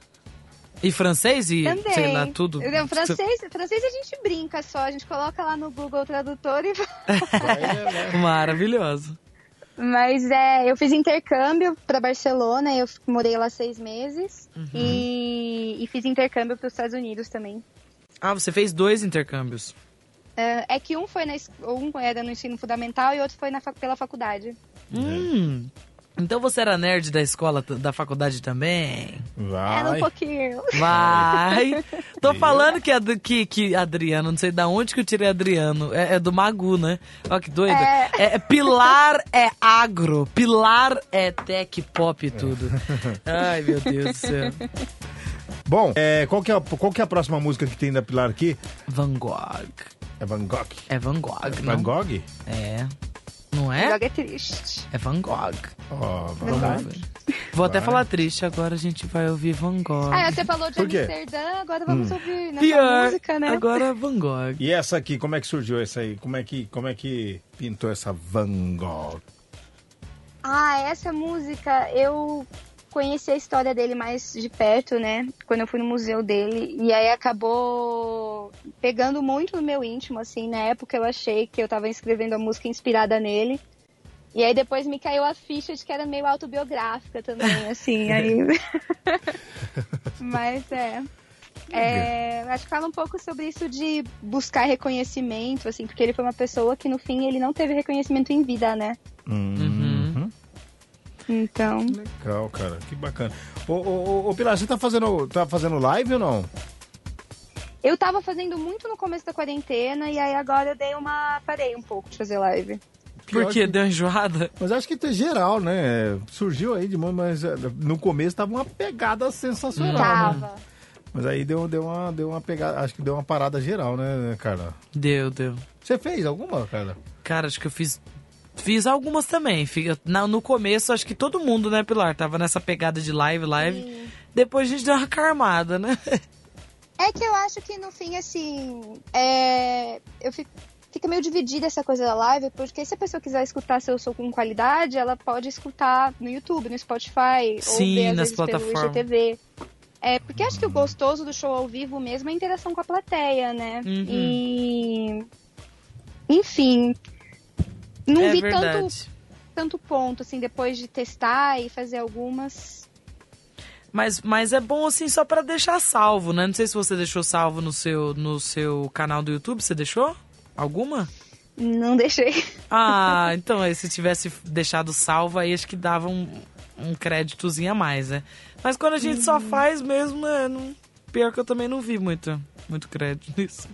S5: E francês e
S7: Também.
S5: sei lá, tudo.
S7: Não, francês, francês a gente brinca só, a gente coloca lá no Google Tradutor e
S5: Maravilhoso.
S7: Mas é, eu fiz intercâmbio pra Barcelona, eu f- morei lá seis meses
S5: Uhum.
S7: e, e fiz intercâmbio para os Estados Unidos também.
S5: Ah, você fez dois intercâmbios.
S7: É, é que um foi na es- um era no ensino fundamental e outro foi na, fa- pela faculdade.
S5: Hum. Então você era nerd da escola, t- da faculdade também?
S3: Vai.
S7: Era um pouquinho.
S5: Vai! Tô falando que, a do- que, que Adriano, não sei da onde que eu tirei Adriano. É, é do Magu, né? Ó, que doido.
S7: É.
S5: É, é pilar é agro, pilar é tech pop e tudo. Ai, meu Deus do céu.
S3: Bom, é, qual, que é a, qual que é a próxima música que tem da Pilar aqui?
S5: Van Gogh.
S3: É Van Gogh.
S5: É Van Gogh, não?
S3: Van Gogh?
S5: É. Não é?
S7: Joga é triste.
S5: É Van Gogh.
S3: Ó, Van
S5: Vamos
S3: Gogh.
S5: ver. Vou até falar triste, agora a gente vai ouvir Van Gogh.
S7: Ah, você falou de
S3: Por quê?
S7: Amsterdã, agora vamos ouvir nessa
S5: Hum. Pior,
S7: música, né?
S5: agora Van Gogh.
S3: E essa aqui, como é que surgiu essa aí? Como é que, como é que pintou essa Van Gogh?
S7: Ah, essa música eu conheci a história dele mais de perto, né? Quando eu fui no museu dele. E aí acabou pegando muito no meu íntimo, assim. Na época eu achei que eu tava escrevendo a música inspirada nele. E aí depois me caiu a ficha de que era meio autobiográfica também, assim. aí... Mas é. É, acho que fala um pouco sobre isso de buscar reconhecimento, assim, porque ele foi uma pessoa que no fim ele não teve reconhecimento em vida, né?
S3: Uhum.
S7: Então.
S3: Legal, cara. Que bacana. Ô, ô, ô, ô, Pilar, você tá fazendo, tá fazendo live ou não?
S7: Eu tava fazendo muito no começo da quarentena e aí agora eu dei uma. parei um pouco de fazer live.
S5: Por
S3: Pior
S5: quê? Deu enjoada?
S3: Mas acho que tem geral, né? Surgiu aí de mão, mas é, no começo tava uma pegada
S5: Hum.
S3: sensacional. né?
S7: Tava.
S3: Mas aí deu, deu, uma, deu uma pegada, acho que deu uma parada geral, né, cara?
S5: Deu, deu.
S3: Você fez alguma, cara?
S5: Cara, acho que eu fiz. Fiz algumas também. Fi- eu- na- no começo, acho que todo mundo, né, Pilar? Tava nessa pegada de live, live. Depois a gente deu uma carmada, né?
S7: É que eu acho que no fim, assim. É... Eu fico. Fica meio dividida essa coisa da live, porque se a pessoa quiser escutar seu som com qualidade, ela pode escutar no YouTube, no Spotify,
S5: Sim,
S7: ou ver, às
S5: nas
S7: vezes, pelo
S5: plataformas.
S7: IGTV. É, porque acho que o gostoso do show ao vivo mesmo é a interação com a plateia, né?
S5: Uhum.
S7: E. Enfim. Não
S5: é
S7: vi
S5: verdade.
S7: tanto tanto ponto, assim, depois de testar e fazer algumas.
S5: Mas, mas é bom, assim, só pra deixar salvo, né? Não sei se você deixou salvo no seu, no seu canal do YouTube. Você deixou? Alguma?
S7: Não deixei.
S5: Ah, então, aí se tivesse deixado salvo, aí acho que dava um, um créditozinho a mais, né? Mas quando a gente só
S3: Uhum.
S5: faz mesmo, né? Não, pior que eu também não vi muito, muito crédito nisso.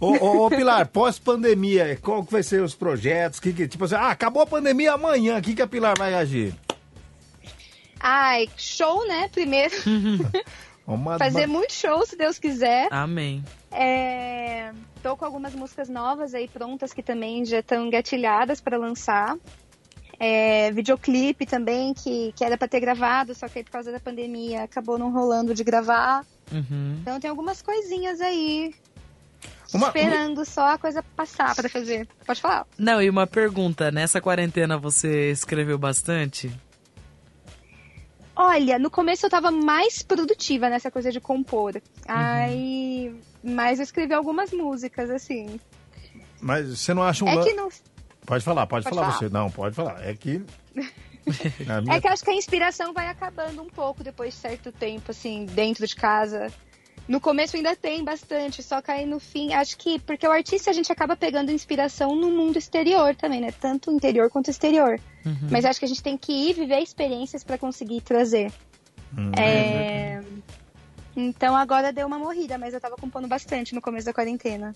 S3: Ô, ô, ô, Pilar, pós-pandemia, qual que vai ser os projetos? Que, que- tipo assim, ah, acabou a pandemia amanhã, o que, que a Pilar vai agir?
S7: Ai, show, né? Primeiro,
S3: Hum. Uma-
S7: fazer muito show, se Deus quiser.
S5: Amém.
S7: É... Tô com algumas músicas novas aí prontas que também já estão engatilhadas pra lançar. É, videoclipe também, que, que era pra ter gravado, só que aí por causa da pandemia acabou não rolando de gravar.
S5: Uhum.
S7: Então tem algumas coisinhas aí,
S3: Uma-
S7: esperando só a coisa passar pra fazer. Pode falar?
S5: Não, e uma pergunta. Nessa quarentena você escreveu bastante?
S7: Olha, no começo eu tava mais produtiva nessa coisa de compor. Aí. Mas eu escrevi algumas músicas, assim.
S3: Mas você não acha um
S7: é
S3: lan-
S7: que não.
S3: Pode falar, pode,
S7: Pode
S3: falar,
S7: falar.
S3: você. Não, pode falar. É que A minha-
S7: É que eu acho que a inspiração vai acabando um pouco depois de certo tempo, assim, dentro de casa. No começo ainda tem bastante, só que aí no fim, acho que porque o artista a gente acaba pegando inspiração no mundo exterior também, né? Tanto interior quanto exterior. Mas acho que a gente tem que ir viver experiências pra conseguir trazer. É, Então agora deu uma morrida, mas eu tava compondo bastante no começo da quarentena.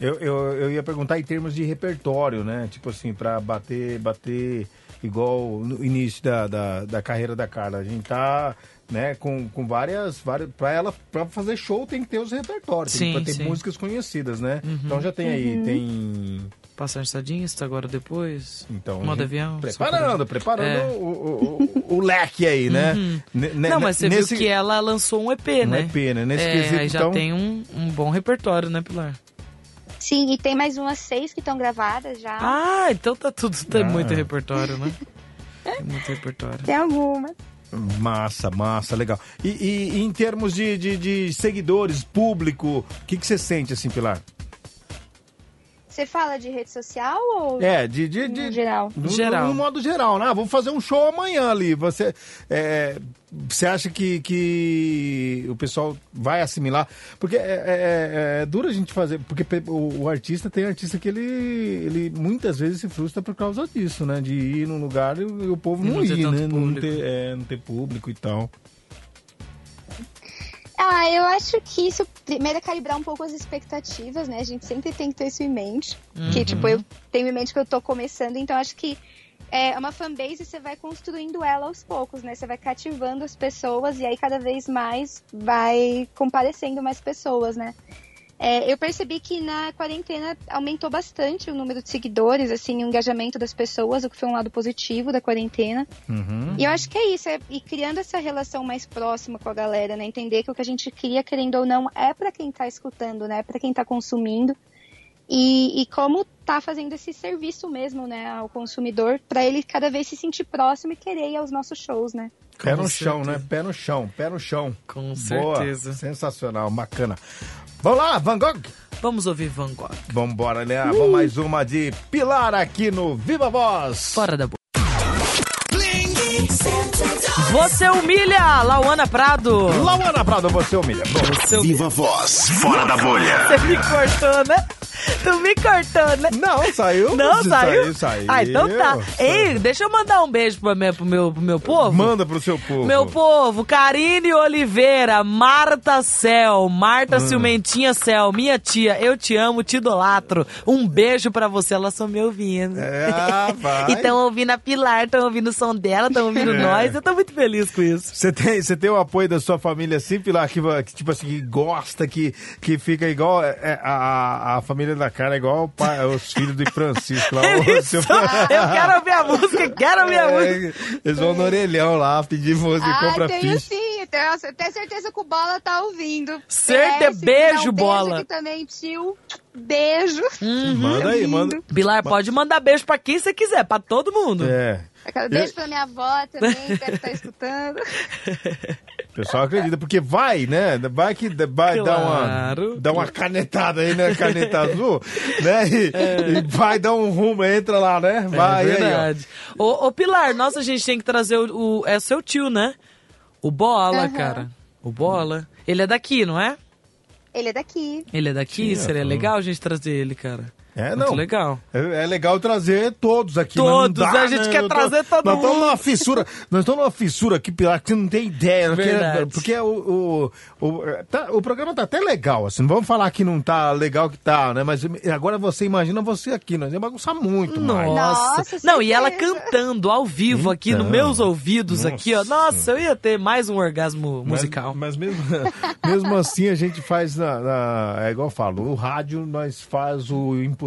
S3: Eu, eu, eu ia perguntar em termos de repertório, né? Tipo assim, pra bater, bater igual no início da, da, da carreira da Carla. A gente tá, né, com, com várias, várias. Pra ela, pra fazer show tem que ter os repertórios.
S5: Sim,
S3: tem que ter
S5: sim. Uhum.
S3: músicas conhecidas, né? Então já tem
S7: Uhum.
S3: aí, tem.
S5: Passagem sadista, agora depois.
S3: Então,
S5: Modo
S3: gente,
S5: avião.
S3: Preparando, preparando
S5: É. Uhum.
S3: o, o, o- o leque aí, né? Ne- ne-
S5: Não, mas você
S3: nesse-
S5: viu que ela lançou um EP,
S3: Um
S5: né?
S3: EP, né? Nesse
S5: é,
S3: quesito,
S5: aí já
S3: então-
S5: tem um, um bom repertório, né, Pilar?
S7: Sim, e tem mais umas seis que estão gravadas já.
S5: Ah, então tá tudo. Tem
S3: Ah.
S5: muito repertório, né? Tem muito repertório.
S7: Tem algumas.
S3: Massa, massa, legal. E, e- e em termos de, de, de seguidores, público, o que, que você sente assim, Pilar?
S7: Você fala de rede social ou
S3: É, de. de, de-
S7: no geral?
S3: No,
S5: Geral.
S3: no modo geral, né? Ah, vou fazer um show amanhã ali. Você, é, você acha que, que o pessoal vai assimilar? Porque é, é- é- é duro a gente fazer. Porque pe- o, o artista tem artista que ele, ele muitas vezes se frustra por causa disso, né? De ir num lugar e, o- e o povo
S5: E
S3: não,
S5: não ter
S3: ir,
S5: tanto
S3: né? Não
S5: público.
S3: ter, é, não ter público e tal.
S7: Ah, eu acho que isso primeiro é calibrar um pouco as expectativas, né? A gente sempre tem que ter isso em mente. Que, tipo, eu tenho em mente que eu tô começando, então acho que é uma fanbase você vai construindo ela aos poucos, né? Você vai cativando as pessoas e aí cada vez mais vai comparecendo mais pessoas, né? É, eu percebi que na quarentena aumentou bastante o número de seguidores, assim, o engajamento das pessoas, o que foi um lado positivo da quarentena.
S3: Uhum.
S7: E eu acho que é isso, é ir criando essa relação mais próxima com a galera, né? Entender que o que a gente cria, querendo ou não, é pra quem tá escutando, né? É Pra quem tá consumindo. E, e como tá fazendo esse serviço mesmo, né, ao consumidor, pra ele cada vez se sentir próximo e querer ir aos nossos shows, né?
S3: Pé
S5: Com
S3: no chão,
S5: certeza.
S3: né? Pé no chão, pé no chão.
S5: Com
S3: Boa,
S5: certeza.
S3: sensacional, bacana. Vamos lá, Van Gogh?
S5: Vamos ouvir Van Gogh.
S3: Vambora, né?
S5: Uh!
S3: Vamos mais uma de Pilar aqui no Viva Voz.
S5: Fora da boca.
S2: Bling 102.
S5: Você humilha, Lauana Prado.
S3: Lauana Prado, você humilha. Bom,
S5: Você humilha.
S4: Viva Voz, fora da bolha.
S5: Você me cortou, né? Tu me cortou, né?
S3: não, saiu.
S5: Não, saiu?
S3: Saiu, saiu.
S5: Ah, então tá. Ei, deixa eu mandar um beijo pro meu, pro meu, pro meu povo.
S3: Manda pro seu povo.
S5: Meu povo, Karine Oliveira, Marta Cel,
S3: Hum.
S5: Marta Ciumentinha Cel, minha tia, eu te amo, te idolatro. Um beijo pra você, elas estão me ouvindo.
S3: É, vai.
S5: E estão ouvindo a Pilar, estão ouvindo o som dela, estão ouvindo
S3: É.
S5: nós. Eu tô muito feliz com isso.
S3: Você tem, você tem o apoio da sua família assim, Pilar, que, va- que, tipo assim, que gosta, que, que fica igual é, a, a- a família da cara, é igual o pai- os filhos do Francisco lá. o
S5: Isso,
S3: seu-
S5: eu quero ouvir a música, quero ouvir a música. Ah,
S3: É, eles vão no orelhão lá pedir música, compra
S7: Ah, tenho
S3: ficha.
S7: sim, tenho tenho certeza que o Bola tá ouvindo.
S5: Certe-
S7: Merece,
S5: beijo,
S7: dá um
S5: Bola.
S7: Beijo aqui também, tio. Beijo.
S3: Hum.
S5: Uhum.
S3: Manda aí, manda.
S5: Pilar, pode mandar beijo pra quem você quiser, pra todo mundo.
S3: É.
S7: Beijo pra minha avó também, deve estar escutando.
S3: O pessoal acredita, porque vai, né? Vai que d- vai dar uma
S5: Claro.
S3: dar uma canetada aí na caneta azul, né? E, e vai dar um rumo, entra lá, né?
S5: é
S3: Vai aí, ó.
S5: verdade. Ô, ô, Pilar, nossa, a gente tem que trazer o, o- É seu tio, né? O Bola,
S7: Aham.
S5: cara. O Bola. Ele é daqui, não é?
S7: Ele é daqui.
S5: Ele é daqui,
S3: Sim,
S5: seria
S3: é.
S5: legal a gente trazer ele, cara.
S3: É,
S5: Muito
S3: não.
S5: legal.
S3: É, é legal trazer todos aqui. mas
S5: Todos,
S3: não dá,
S5: a gente
S3: né?
S5: quer
S3: Nós
S5: trazer todo
S3: nós Nós
S5: mundo.
S3: estamos numa fissura, nós estamos numa fissura aqui, Pilar, que você não tem ideia. né? Porque-
S5: Verdade.
S3: Porque, o, o, o, tá- o programa tá até legal, assim, não vamos falar que não tá legal que tá, né? Mas agora você imagina você aqui, nós ia bagunçar muito mais.
S5: Nossa.
S7: Nossa,
S5: não, e ela
S7: certeza.
S5: cantando ao vivo aqui nos
S3: Então.
S5: meus ouvidos, aqui, ó.
S3: Nossa.
S5: Nossa, eu ia ter mais um orgasmo
S3: Mas-
S5: musical.
S3: Mas, mesmo, mesmo assim a gente faz na, na- É igual eu falo, o rádio nós faz o impossível,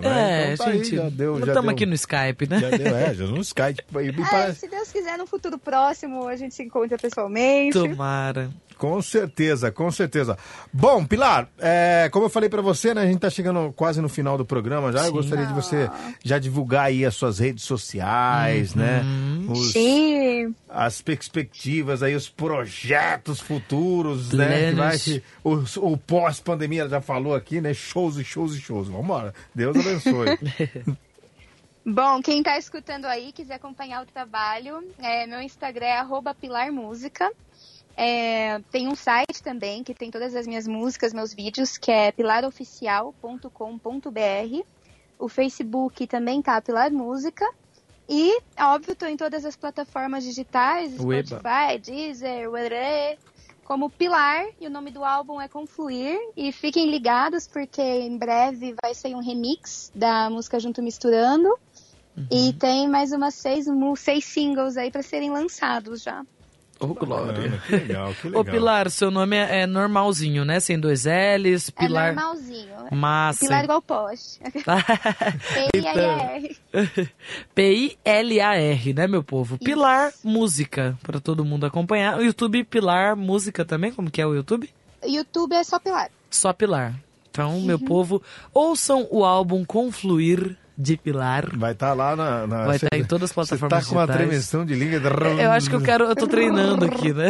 S3: né?
S5: é,
S3: então tá
S5: gente.
S3: aí, já deu, já
S5: estamos
S3: deu-
S5: aqui no Skype, né?
S3: Já deu, é, já no Skype. E, e
S7: Ah,
S3: parece-
S7: se Deus quiser, no futuro próximo a gente se encontra pessoalmente.
S3: Então,
S5: Tomara.
S3: com certeza, com certeza. Bom, Pilar, é, como eu falei pra você, né? A gente tá chegando quase no final do programa já. Eu gostaria de você já divulgar aí as suas redes sociais, né?
S5: Uhum.
S3: Os-
S7: Sim.
S3: as perspectivas aí, os projetos futuros, né? Que vai
S5: Planos.
S3: se- o o pós-pandemia, ela já falou aqui, né? Shows e shows e shows. Vambora. Deus abençoe.
S7: Bom, quem tá escutando aí, quiser acompanhar o trabalho, é, meu Instagram é arroba pilarmusica. É, tem um site também que tem todas as minhas músicas, meus vídeos, que é pilaroficial.com.br. O Facebook também tá Pilar Música. E, óbvio, estou em todas as plataformas digitais,
S5: Ueba.
S7: Spotify, Deezer, Uerê, como Pilar, e o nome do álbum é Confluir. E fiquem ligados, porque em breve vai sair um remix da música Junto Misturando. E tem mais umas seis, mu- seis singles aí para serem lançados já.
S5: Ô, Glória.
S3: Caramba, que legal, que legal.
S5: Ô, Pilar, seu nome é é normalzinho, né? Sem dois L's,
S7: É
S5: Pilar.
S7: normalzinho.
S5: Massa. Tá.
S7: Pilar é igual poste. P-I-A-R.
S5: P-I-L-A-R, né, meu povo?
S7: Isso.
S5: Pilar Música, pra todo mundo acompanhar. O YouTube Pilar Música também, como que é o YouTube?
S7: YouTube é só Pilar.
S5: Só Pilar. Então, meu povo, ouçam o álbum Confluir de Pilar.
S3: Vai estar lá na. na-
S5: Vai
S3: cê-
S5: tá em todas as plataformas
S3: Ah, Você tá com uma
S5: digitais. É,
S3: tremensão de língua.
S5: Eu acho que eu quero. Eu tô treinando aqui, né?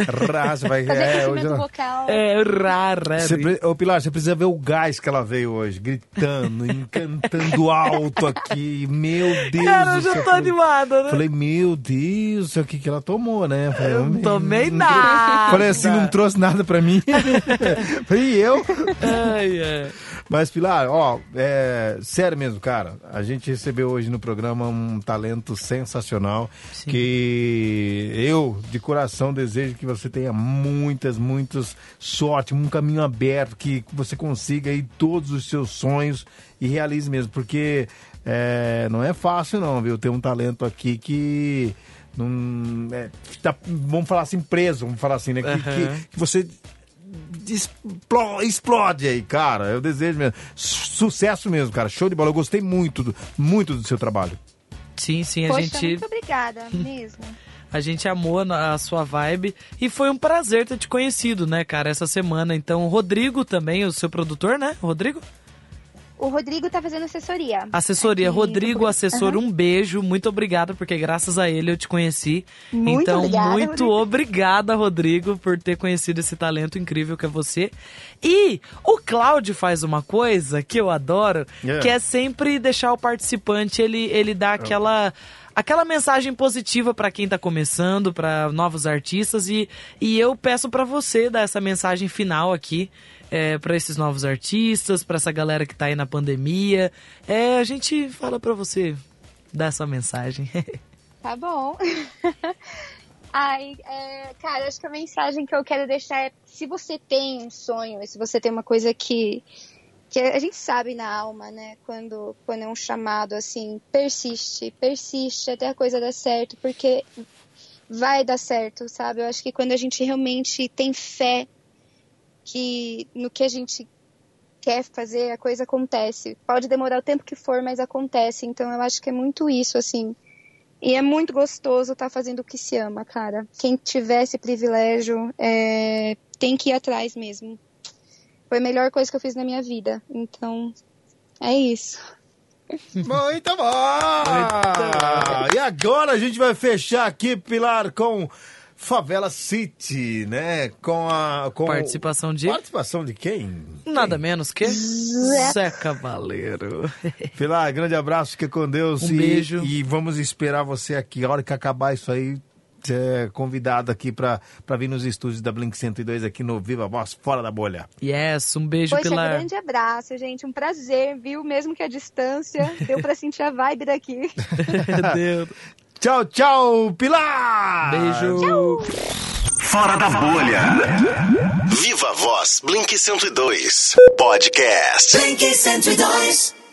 S3: Raspa, vai.
S7: Fazer
S3: É, hoje
S7: aquecimento
S3: ela...
S7: vocal.
S5: É rara.
S3: Você pre- Ô, Pilar, você precisa ver o gás que ela veio hoje, gritando, encantando alto aqui. Meu Deus
S5: Cara, eu
S3: do céu.
S5: já tô animada, né?
S3: Falei, meu Deus, o que que ela tomou, né? Falei,
S5: Eu não tomei
S3: não trouxe-
S5: nada.
S3: Falei assim, não trouxe nada pra mim. Falei, e eu?
S5: Ai, é. ai.
S3: Mas, Pilar, ó, é, sério mesmo, cara. A gente recebeu hoje no programa um talento sensacional
S5: Sim.
S3: que eu, de coração, desejo que você tenha muitas, muitas sorte, um caminho aberto, que você consiga aí todos os seus sonhos e realize mesmo, porque é, não é fácil não, viu? Tem um talento aqui que... Não, é, tá- vamos falar assim, preso, vamos falar assim, né? Que-
S5: Aham.
S3: que- que você Explo- explode aí, cara. Eu desejo mesmo. Su- Sucesso mesmo, cara. Show de bola. Eu gostei muito, do- muito do seu trabalho.
S5: Sim, sim, a
S7: Poxa,
S5: gente.
S7: muito obrigada mesmo.
S5: A gente amou na- a sua vibe e foi um prazer ter te conhecido, né, cara, essa semana. Então, o Rodrigo também, o seu produtor, né? Rodrigo?
S7: O Rodrigo tá fazendo assessoria.
S5: Assessoria.
S7: Aqui,
S5: Rodrigo,
S7: do-
S5: assessor, um beijo. Muito obrigada, porque graças a ele eu te conheci.
S7: Muito
S5: então,
S7: obrigada,
S5: muito
S7: Rodrigo.
S5: obrigada, Rodrigo, por ter conhecido esse talento incrível que é você. E o Cláudio faz uma coisa que eu adoro,
S3: Yeah.
S5: que é sempre deixar o participante, ele, ele dá aquela... Aquela mensagem positiva pra quem tá começando, pra novos artistas e, e eu peço pra você dar essa mensagem final aqui é, para esses novos artistas, pra essa galera que tá aí na pandemia. É, a gente fala pra você dar essa mensagem.
S7: Tá bom. Ai, é, cara, acho que a mensagem que eu quero deixar é: se você tem um sonho, e se você tem uma coisa que, que a gente sabe na alma, né? Quando, quando é um chamado assim, persiste, persiste até a coisa dar certo, porque vai dar certo, sabe? Eu acho que quando a gente realmente tem fé que no que a gente quer fazer, a coisa acontece. Pode demorar o tempo que for, mas acontece. Então eu acho que é muito isso, assim. E é muito gostoso estar fazendo o que se ama, cara. Quem tiver esse privilégio é, tem que ir atrás mesmo. Foi a melhor coisa que eu fiz na minha vida. Então, é isso.
S3: Muito bom! E agora a gente vai fechar aqui, Pilar, com Favela City, né? Com a. Com
S5: Participação de-
S3: Participação de quem?
S5: Nada menos que Zé Cavaleiro.
S3: Pilar, grande abraço, fica com Deus.
S5: Um
S3: e,
S5: beijo.
S3: E vamos esperar você aqui. A hora que acabar isso aí, você é convidado aqui pra, pra vir nos estúdios da Blink 102 aqui no Viva Voz Fora da Bolha.
S5: Yes, um beijo,
S7: Poxa,
S5: Pilar.
S7: grande abraço, gente. Um prazer, viu? Mesmo que a distância, deu pra sentir a vibe daqui.
S5: Deus.
S3: Tchau, tchau, Pilar!
S5: Beijo.
S1: Fora da bolha. Viva Voz Blink 102 Podcast.
S2: Blink 102.